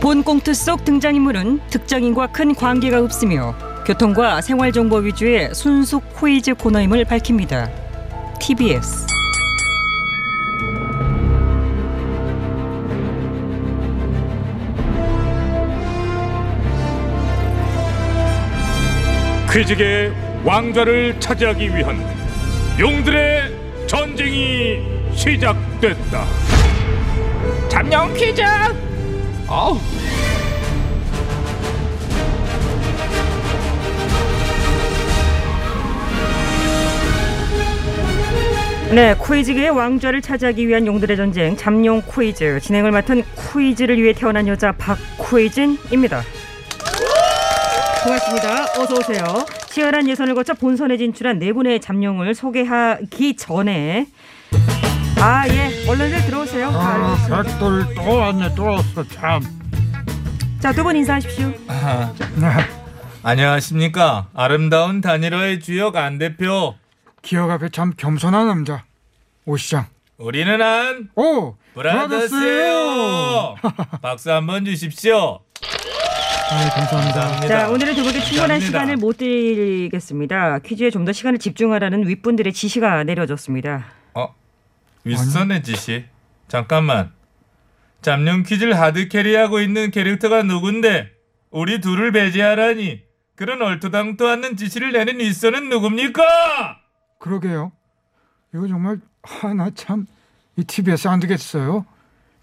본 꽁트 속 등장인물은 특정인과 큰 관계가 없으며 교통과 생활정보 위주의 순수 코이즈 코너임을 밝힙니다. TBS 퀴즈계의 왕좌를 차지하기 위한 용들의 전쟁이 시작됐다. 잠룡 퀴즈. 아우. 네, 코이즈계의 왕좌를 차지하기 위한 용들의 전쟁 잠룡 코이즈 진행을 맡은 코이즈를 위해 태어난 여자 박코이진입니다. 고맙습니다. 어서 오세요. 치열한 예선을 거쳐 본선에 진출한 네 분의 잠룡을 소개하기 전에 아 예, 얼른들 들어오세요. 아, 백돌 또 왔네 또 왔어 참 자두 분 인사하십시오. 네. 안녕하십니까 아름다운 단일화의 주역 안 대표 기억 앞에 참 겸손한 남자 오시장 우리는 한 오 브라더스예요 박수 한번 주십시오 아, 감사합니다 자 오늘은 두 분께 충분한 감사합니다. 시간을 못 드리겠습니다. 퀴즈에 좀 더 시간을 집중하라는 윗분들의 지시가 내려졌습니다. 어? 윗선의 지시 잠깐만 잡룡 퀴즈를 하드 캐리하고 있는 캐릭터가 누군데 우리 둘을 배제하라니 그런 얼토당토 않는 지시를 내는 윗선은 누굽니까 그러게요 이거 정말 하나 참 이 TBS 안 되겠어요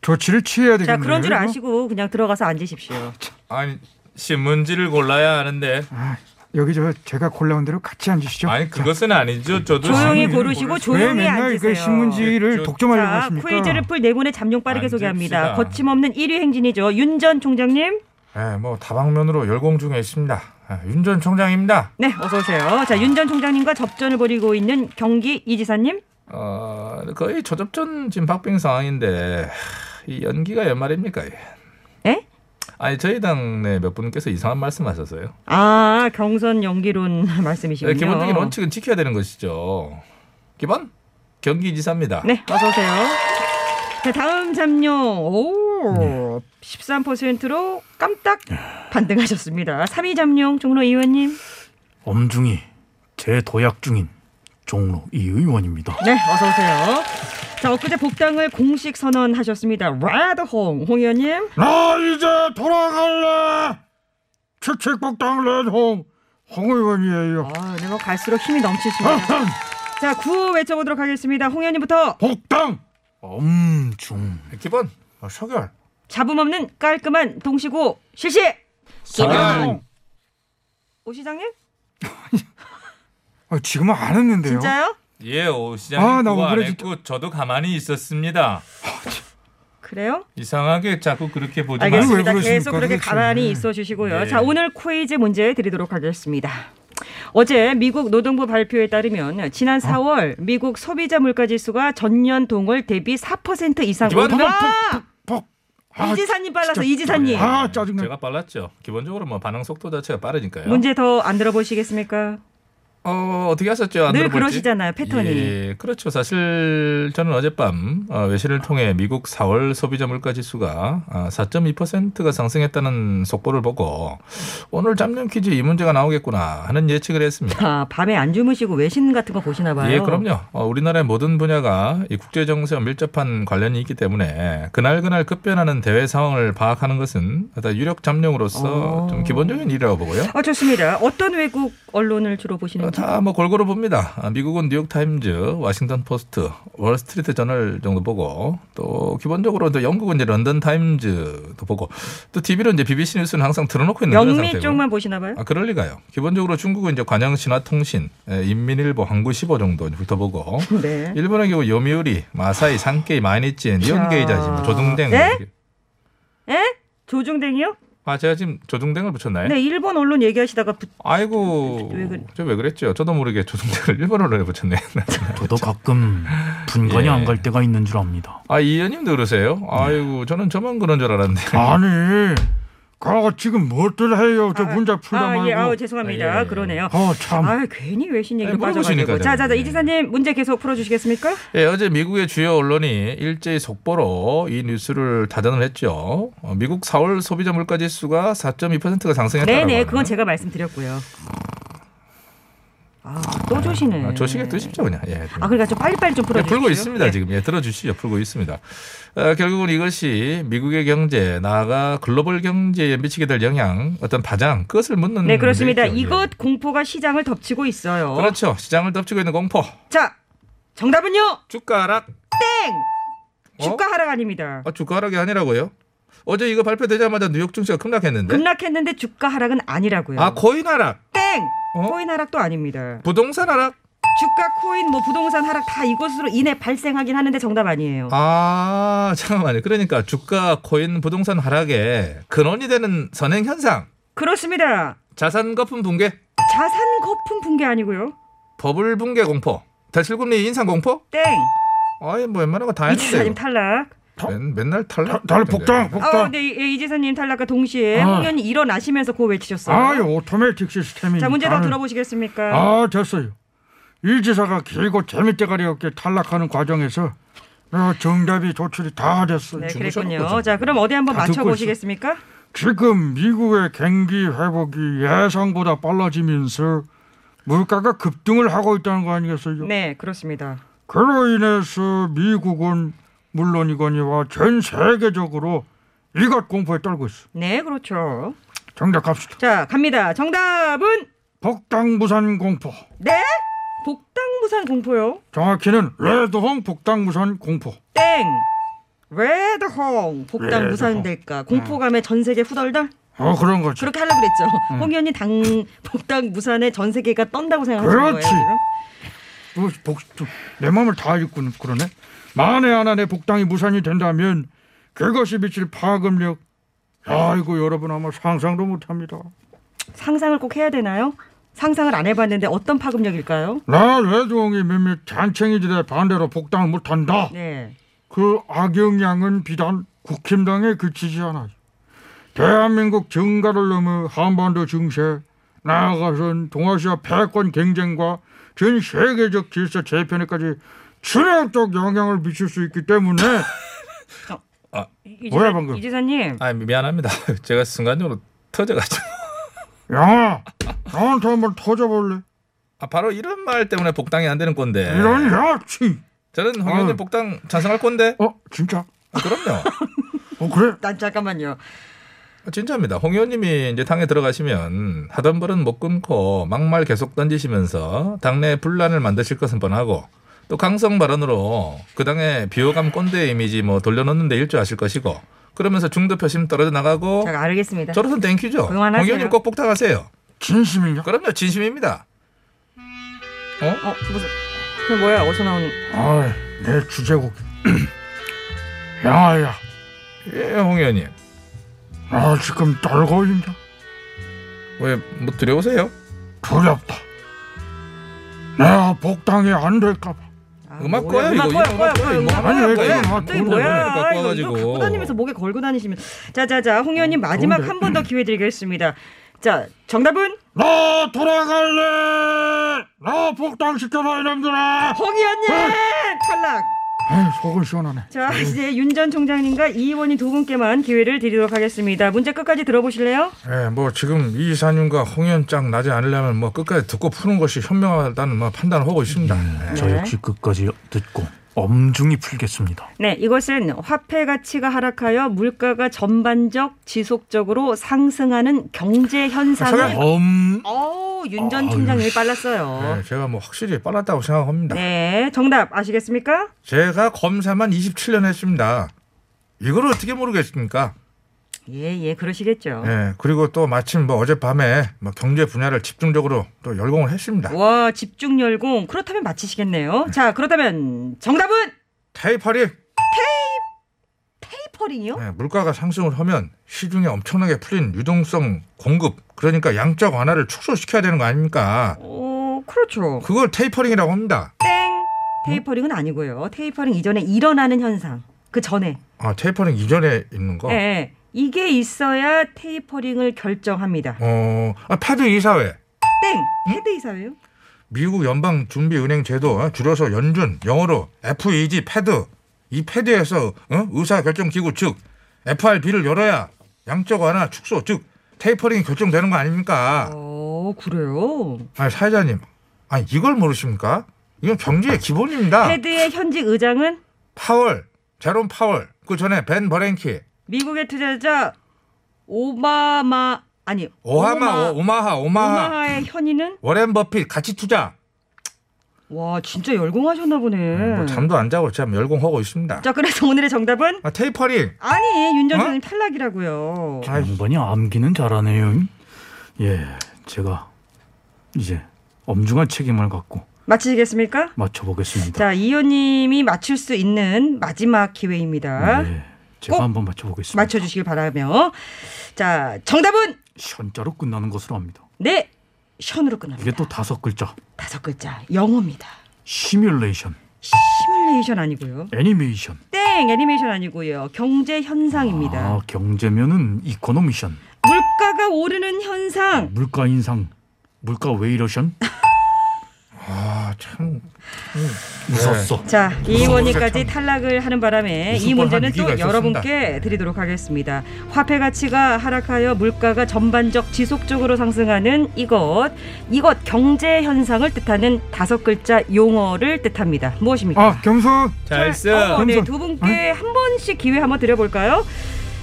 조치를 취해야 되겠네요 자 그런 줄 이거. 아시고 그냥 들어가서 앉으십시오. 아니 신문지를 골라야 하는데 아, 여기 저 제가 골라온 대로 같이 앉으시죠 아니 그것은 아니죠 저도 조용히 신문지를 고르시고 왜 조용히 맨날 앉으세요. 그 신문지를 저- 독점하려고 자, 하십니까 퀴즈를 풀 네 분의 잠룡 빠르게 앉읍시다. 소개합니다. 거침없는 1위 행진이죠. 윤 전 총장님. 예, 뭐 다방면으로 열공 중에 있습니다. 예, 윤 전 총장입니다. 네, 어서 오세요. 자, 윤 전 총장님과 접전을 벌이고 있는 경기 이지사님. 어, 거의 조접전 지금 박빙 상황인데 하, 이 연기가 연말입니까? 예. 예? 아니 저희 당내 몇 분께서 이상한 말씀하셨어요. 아, 경선 연기론 예, 말씀이시군요. 기본적인 원칙은 지켜야 되는 것이죠. 기본 경기지사입니다. 네, 어서 오세요. 자, 다음 잠룡. 오. 13%로 깜짝 반등하셨습니다. 3위 잠룡 종로 의원님. 엄중히 재도약 중인 종로 이 의원입니다. 네, 어서 오세요. 자, 엊그제 복당을 공식 선언하셨습니다. 라드홍 홍 의원님. 나 아, 이제 돌아갈래 최책복당 렌홍 홍 의원이에요 아, 네, 뭐 갈수록 힘이 어. 넘치십니다. 자, 구호 외쳐보도록 하겠습니다. 홍 의원님부터 복당 엄중 기본 어, 서결. 잡음 없는 깔끔한 동시고 실시. 서결. 오 시장님? 아, 지금은 안 했는데요 진짜요? 예, 오 시장님 아, 나 그거 안 오늘은 했고 저도 가만히 있었습니다. 그래요? 이상하게 자꾸 그렇게 보지 마세요. 아, 알겠습니다. 왜 그러십니까, 계속 그렇게 도대체. 가만히 있어 주시고요. 네. 자, 오늘 코이즈 문제 드리도록 하겠습니다. 어제 미국 노동부 발표에 따르면 어? 지난 4월 미국 소비자 물가 지수가 전년 동월 대비 4% 이상 이번 올라. 복 아, 이지사님 빨라서 네. 이지사님. 아, 짜증나. 제가 빨랐죠. 기본적으로 뭐 반응 속도 자체가 빠르니까요. 문제 더 안 들어보시겠습니까? 어, 어떻게 하셨죠? 안 늘 들어볼지? 그러시잖아요, 패턴이. 예, 그렇죠. 사실 저는 어젯밤 어, 외신을 통해 미국 4월 소비자 물가 지수가 아, 4.2%가 상승했다는 속보를 보고 오늘 잡념 퀴즈 이 문제가 나오겠구나 하는 예측을 했습니다. 아, 밤에 안 주무시고 외신 같은 거 보시나 봐요. 예, 그럼요. 어, 우리나라의 모든 분야가 이 국제 정세와 밀접한 관련이 있기 때문에 그날 그날 급변하는 대외 상황을 파악하는 것은 일단 유력 잡념으로서 어. 좀 기본적인 일이라고 보고요. 아, 좋습니다. 어떤 외국 언론을 주로 어, 보시는지. 다 뭐 골고루 봅니다. 아, 미국은 뉴욕 타임즈, 와싱턴 포스트, 월스트리트 저널 정도 보고 또 기본적으로 또 영국은 이제 런던 타임즈도 보고 또 TV로 이제 BBC 뉴스는 항상 틀어놓고 있는 그런 영미 상태고. 쪽만 보시나 봐요? 아 그럴 리가요. 기본적으로 중국은 이제 관영 신화통신, 에, 인민일보, 한국 15 정도 이제 훑어보고 네. 일본의 경우 요미우리, 마사이, 산케이, 마이니치, 니온게이자 지금 조등댕. 네? 에? 조중댕이요? 아 제가 지금 조등댕을 붙였나요? 네, 일본 언론 얘기하시다가 부... 아이고 왜 그래? 저 왜 그랬죠? 저도 모르게 조등댕을 일본어로 해붙였네. 저도 가끔 분간이 예. 안 갈 때가 있는 줄 압니다. 네. 아. 아 이현님도 그러세요? 아이고 저는 저만 그런 줄 알았는데. 아니 아, 지금 뭘들 해요? 저 문제 풀다 말고. 아, 예, 아우 죄송합니다. 아, 예. 그러네요. 어, 참. 아, 괜히 외신 얘기로 아니, 물어보시니까요. 빠져가지고. 자, 자, 자, 이 예. 지사님 문제 계속 풀어주시겠습니까? 예, 어제 미국의 주요 언론이 일제히 속보로 이 뉴스를 다단을 했죠. 어, 미국 4월 소비자 물가 지수가 4.2%가 상승했다고. 네, 네, 그건 제가 말씀드렸고요. 아, 또 조시네. 아, 조식에 뜨십죠 그냥. 예. 아, 그러니까 좀 빨리빨리 좀 네. 예, 풀어주세요. 풀고 있습니다 지금 예 들어주시죠 풀고 있습니다 어, 결국은 이것이 미국의 경제 나아가 글로벌 경제에 미치게 될 영향 어떤 파장 그것을 묻는 네, 그렇습니다. 문제겠죠. 예. 이것 공포가 시장을 덮치고 있어요. 그렇죠 시장을 덮치고 있는 공포 자, 정답은요. 주가락 어? 땡. 주가 하락 아닙니다. 아, 주가락이 아니라고요 어제 이거 발표되자마자 뉴욕 증시가 급락했는데 급락했는데 주가 하락은 아니라고요. 네? 아 코인 하락 땡. 어? 코인 하락도 아닙니다. 부동산 하락 주가, 코인, 뭐 부동산 하락 다 이것으로 인해 발생하긴 하는데 정답 아니에요. 아 잠깐만요 그러니까 주가 코인 부동산 하락에 근원이 되는 선행 현상 그렇습니다. 자산 거품 붕괴 자산 거품 붕괴 아니고요. 버블 붕괴 공포 대출금리 인상 공포 땡. 아이 뭐 웬만한 거 다 했는데 이지사님 이거. 탈락. 맨, 맨날 탈락 달 복당, 아, 복당. 네, 이- 이지사님 탈락과 동시에 아. 홍연이 일어나시면서 고 외치셨어요. 아, 유 오토매틱 시스템이. 자, 문제 더 나는- 들어보시겠습니까? 아, 됐어요. 이 지사가 길고 재밌대가리 없게 탈락하는 과정에서 어, 정답이 도출이 다 됐어요. 네, 주무셨나 그랬군요. 보죠. 자, 그럼 어디 한번 다 듣고 맞춰보시겠습니까? 지금 미국의 경기 회복이 예상보다 빨라지면서 물가가 급등을 하고 있다는 거 아니겠어요? 네, 그렇습니다. 그로 인해서 미국은 물론이거니와 전 세계적으로 이것 공포에 떨고 있어. 네, 그렇죠. 정답 갑시다. 자, 갑니다. 정답은 복당무산 공포. 네? 복당무산 공포요. 정확히는 레드홍 복당무산 공포. 땡. 레드홍 복당무산 될까? 공포감에 전 세계 후덜덜? 어 그런 거지. 그렇게 하려고 그랬죠. 홍 의원이 당 복당 무산에 전 세계가 떤다고 생각하는 거예요. 그렇지. 지금? 어, 복- 좀내 마음을 다 읽고 그러네. 만에 하나 내 복당이 무산이 된다면 그것이 미칠 파급력. 아이고 여러분 아마 상상도 못합니다. 상상을 꼭 해야 되나요? 상상을 안 해봤는데 어떤 파급력일까요? 나 레드홍이 몇몇 잔챙이들의 반대로 복당을 못한다. 네. 그 악영향은 비단 국힘당에 그치지 않아요. 대한민국 정가를 넘어 한반도 증세, 나아가선 동아시아 패권 경쟁과 전 세계적 질서 재편에까지 치명적 영향을 미칠 수 있기 때문에 이- 뭐야, 이지사- 방금? 이지사님. 아 미안합니다 제가 순간적으로 터져가지고 야, 나한테 한번 터져볼래? 아 바로 이런 말 때문에 복당이 안 되는 건데 이런 야치! 저는 홍현님 어. 복당 찬성할 건데 어, 진짜? 아, 그럼요 어, 그래? 난 잠깐만요. 아, 진짜입니다 홍의원님이 이제 당에 들어가시면 하던 버릇 못 끊고 막말 계속 던지시면서 당내 분란을 만드실 것은 뻔하고 또 강성 발언으로 그 당의 비호감 꼰대 이미지 뭐 돌려놓는데 일조하실 것이고 그러면서 중도 표심 떨어져 나가고 자, 알겠습니다. 저로선 땡큐죠 홍 그만하세요. 의원님꼭 복당하세요 진심이냐? 그럼요 진심입니다 어, 무슨 그 뭐야? 어디서 나오는? 아, 내 주제곡. 야, 야, 예, 홍 의원님. 나 지금 떨고 있냐? 왜 뭐 두려우세요? 두렵다. 내가 복당이 안 될까봐. 아, 음악 뭐야, 꺼요, 음악 이거. 꺼요, 음악 꺼요, 꺼요, 꺼요, 이거. 음악 아니, 꺼요, 왜 꺼요. 이거 음악 또 이거 꺼요? 뭐야? 그러니까 이거 꺼가지고. 갖고 다니면서 목에 걸고 다니시면. 자자자, 홍 의원님 마지막 한 번 더 기회 드리겠습니다. 자, 정답은 나 돌아갈래! 나 복당시켜라, 이놈들아! 홍 의원님 탈락. 아 속은 시원하네. 자, 이제 윤 전 총장님과 이 의원님 두 분께만 기회를 드리도록 하겠습니다. 문제 끝까지 들어보실래요? 예, 뭐 지금 이 이사님과 홍현장 나지 않으려면 뭐 끝까지 듣고 푸는 것이 현명하다는 뭐 판단을 하고 있습니다. 예. 네. 저 역시 끝까지 듣고 엄중히 풀겠습니다. 네, 이것은 화폐 가치가 하락하여 물가가 전반적 지속적으로 상승하는 경제 아, 현상을 엄 어우, 아, 윤전 총장님이 빨랐어요. 예, 제가 뭐 확실히 빨랐다고 생각합니다. 네, 정답 아시겠습니까? 제가 검사만 27년 했습니다. 이걸 어떻게 모르겠습니까? 예, 예, 그러시겠죠. 네. 예, 그리고 또 마침 뭐 어젯밤에 뭐 경제 분야를 집중적으로 또 열공을 했습니다. 와, 집중 열공. 그렇다면 맞히시겠네요. 자, 그렇다면 정답은 타이파리 테이퍼링이요? 네. 예, 물가가 상승을 하면 시중에 엄청나게 풀린 유동성 공급 그러니까 양적 완화를 축소시켜야 되는 거 아닙니까? 어, 그렇죠. 그걸 테이퍼링이라고 합니다. 땡. 테이퍼링은 아니고요. 테이퍼링 이전에 일어나는 현상. 그 전에. 아 테이퍼링 이전에 있는 거. 예, 예. 이게 있어야 테이퍼링을 결정합니다. 어, 아, 패드 이사회. 땡! 헤드 이사회요? 미국 연방 준비 은행 제도 어? 줄여서 연준 영어로 FED 패드 이 패드에서 어, 의사 결정 기구 즉 FRB를 열어야 양적 완화 축소 즉 테이퍼링이 결정되는 거 아닙니까? 어, 그래요? 아 사회자님, 아 이걸 모르십니까? 이건 경제의 기본입니다. 헤드의 현직 의장은 파월, 제롬 파월, 그 전에 벤 버랭키, 미국의 투자자 오바마, 아니, 오하마, 오, 마하 오마하, 오마하의 현인은? 워렌 버핏 같이 투자. 와, 진짜 열공하셨나 보네. 뭐 잠도 안 자고 참 열공하고 있습니다. 자, 그래서 오늘의 정답은? 아, 테이퍼링. 아니, 윤 전 어? 의원님 탈락이라고요. 저 양반이 암기는 잘하네요. 예, 제가 이제 엄중한 책임을 갖고 마치시겠습니까? 맞춰보겠습니다. 자, 이 의원님이 맞출 수 있는 마지막 기회입니다. 예, 제가 꼭 한번 맞춰보겠습니다. 맞춰주시길 바라며. 자, 정답은? 현자로 끝나는 것으로 합니다. 네, 션으로 끝납니다. 이게 또 다섯 글자. 다섯 글자 영어입니다. 시뮬레이션, 시뮬레이션 아니고요. 애니메이션, 땡 애니메이션 아니고요. 경제 현상입니다. 아, 경제면은 이코노미션, 물가가 오르는 현상. 물가 인상, 물가 웨이러션 네. 아 참. 웃었어. 자, 이 원이까지 탈락을 하는 바람에 이 웃을 문제는 뻔한 또 위기가 여러분께 드리도록 하겠습니다. 화폐 가치가 하락하여 물가가 전반적 지속적으로 상승하는 이것, 이것 경제 현상을 뜻하는 다섯 글자 용어를 뜻합니다. 무엇입니까? 아 겸손 잘 어, 써. 네, 감사- 두 분께 한 번씩 기회 한번 드려볼까요?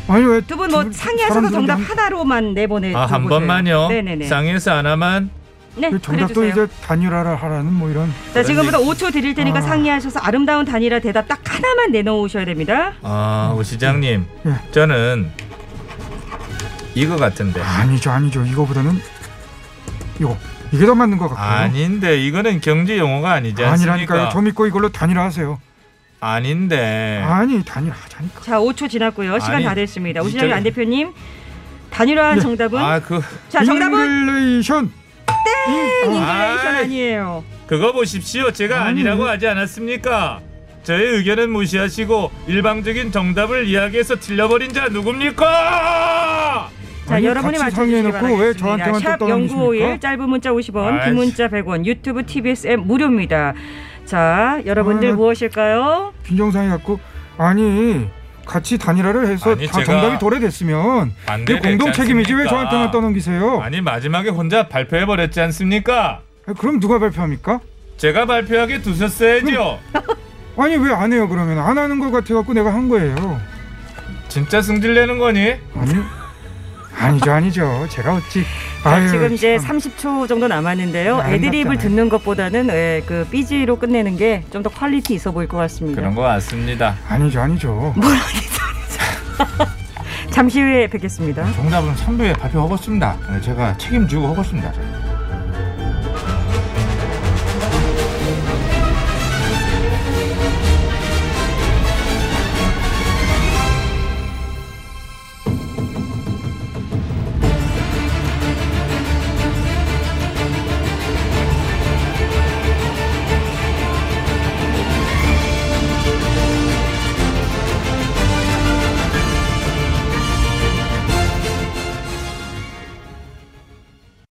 아니 왜 두 분 뭐 두- 상의하셔서 사람들한테 정답 한- 하나로만 내보내 아, 한 주고 보세요. 번만요. 네네네. 상에서 하나만. 네, 그 정답도 그래주세요. 이제 아. 단일화를 하라는 뭐 이런 자 지금부터 5초 드릴 테니까 상의하셔서 아름다운 단일화 대답 딱 하나만 내놓으셔야 됩니다. 아, 음. 오 시장님. 네. 저는 이거 같은데. 아니죠 아니죠 이거보다는 이거 이게 더 맞는 것 같아요. 아닌데 이거는 경제 용어가 아니지 아니라니까요. 않습니까? 네. 저 믿고 이걸로 단일화하세요. 아닌데. 아니 단일화하자니까. 자 5초 지났고요. 시간 아니, 다 됐습니다. 진짜- 오시장님 안 대표님 단일화한 네. 정답은 아, 그 자 정답은 잉글레이션 인글레이션 아이. 아니에요. 그거 보십시오. 제가 아니라고 하지 않았습니까? 저의 의견은 무시하시고 일방적인 정답을 이야기해서 틀려버린 자 누굽니까? 자 아니, 여러분이 같이 맞춰주시기 상의해놓고 왜 저한테만 바라겠습니다. 또 샵 연구오일 떠넘기십니까? 짧은 문자 50원, 아이씨. 긴 문자 100원, 유튜브 TBS 앱 무료입니다. 자 여러분들 아, 나- 무엇일까요? 빈정상이 갖고 아니 같이 단일화를 해서 아니, 다 제가 정답이 도래됐으면 이게 반대를 공동 했지 책임이지 왜 않습니까? 저한테만 떠넘기세요? 아니 마지막에 혼자 발표해버렸지 않습니까? 그럼 누가 발표합니까? 제가 발표하게 두셨어야죠. 아니 왜 안 해요 그러면 안 하는 것 같아갖고 내가 한 거예요. 진짜 승질내는 거니? 아니 아니죠 아니죠 제가 어찌 자, 아유, 지금 이제 참. 30초 정도 남았는데요. 아름답잖아요. 애드립을 듣는 것보다는 예, 그 삐지로 끝내는 게 좀 더 퀄리티 있어 보일 것 같습니다. 그런 거 같습니다. 아니죠 아니죠 잠시 후에 뵙겠습니다. 네, 정답은 3부에 발표하겠습니다. 제가 책임지고 하겠습니다. 제가.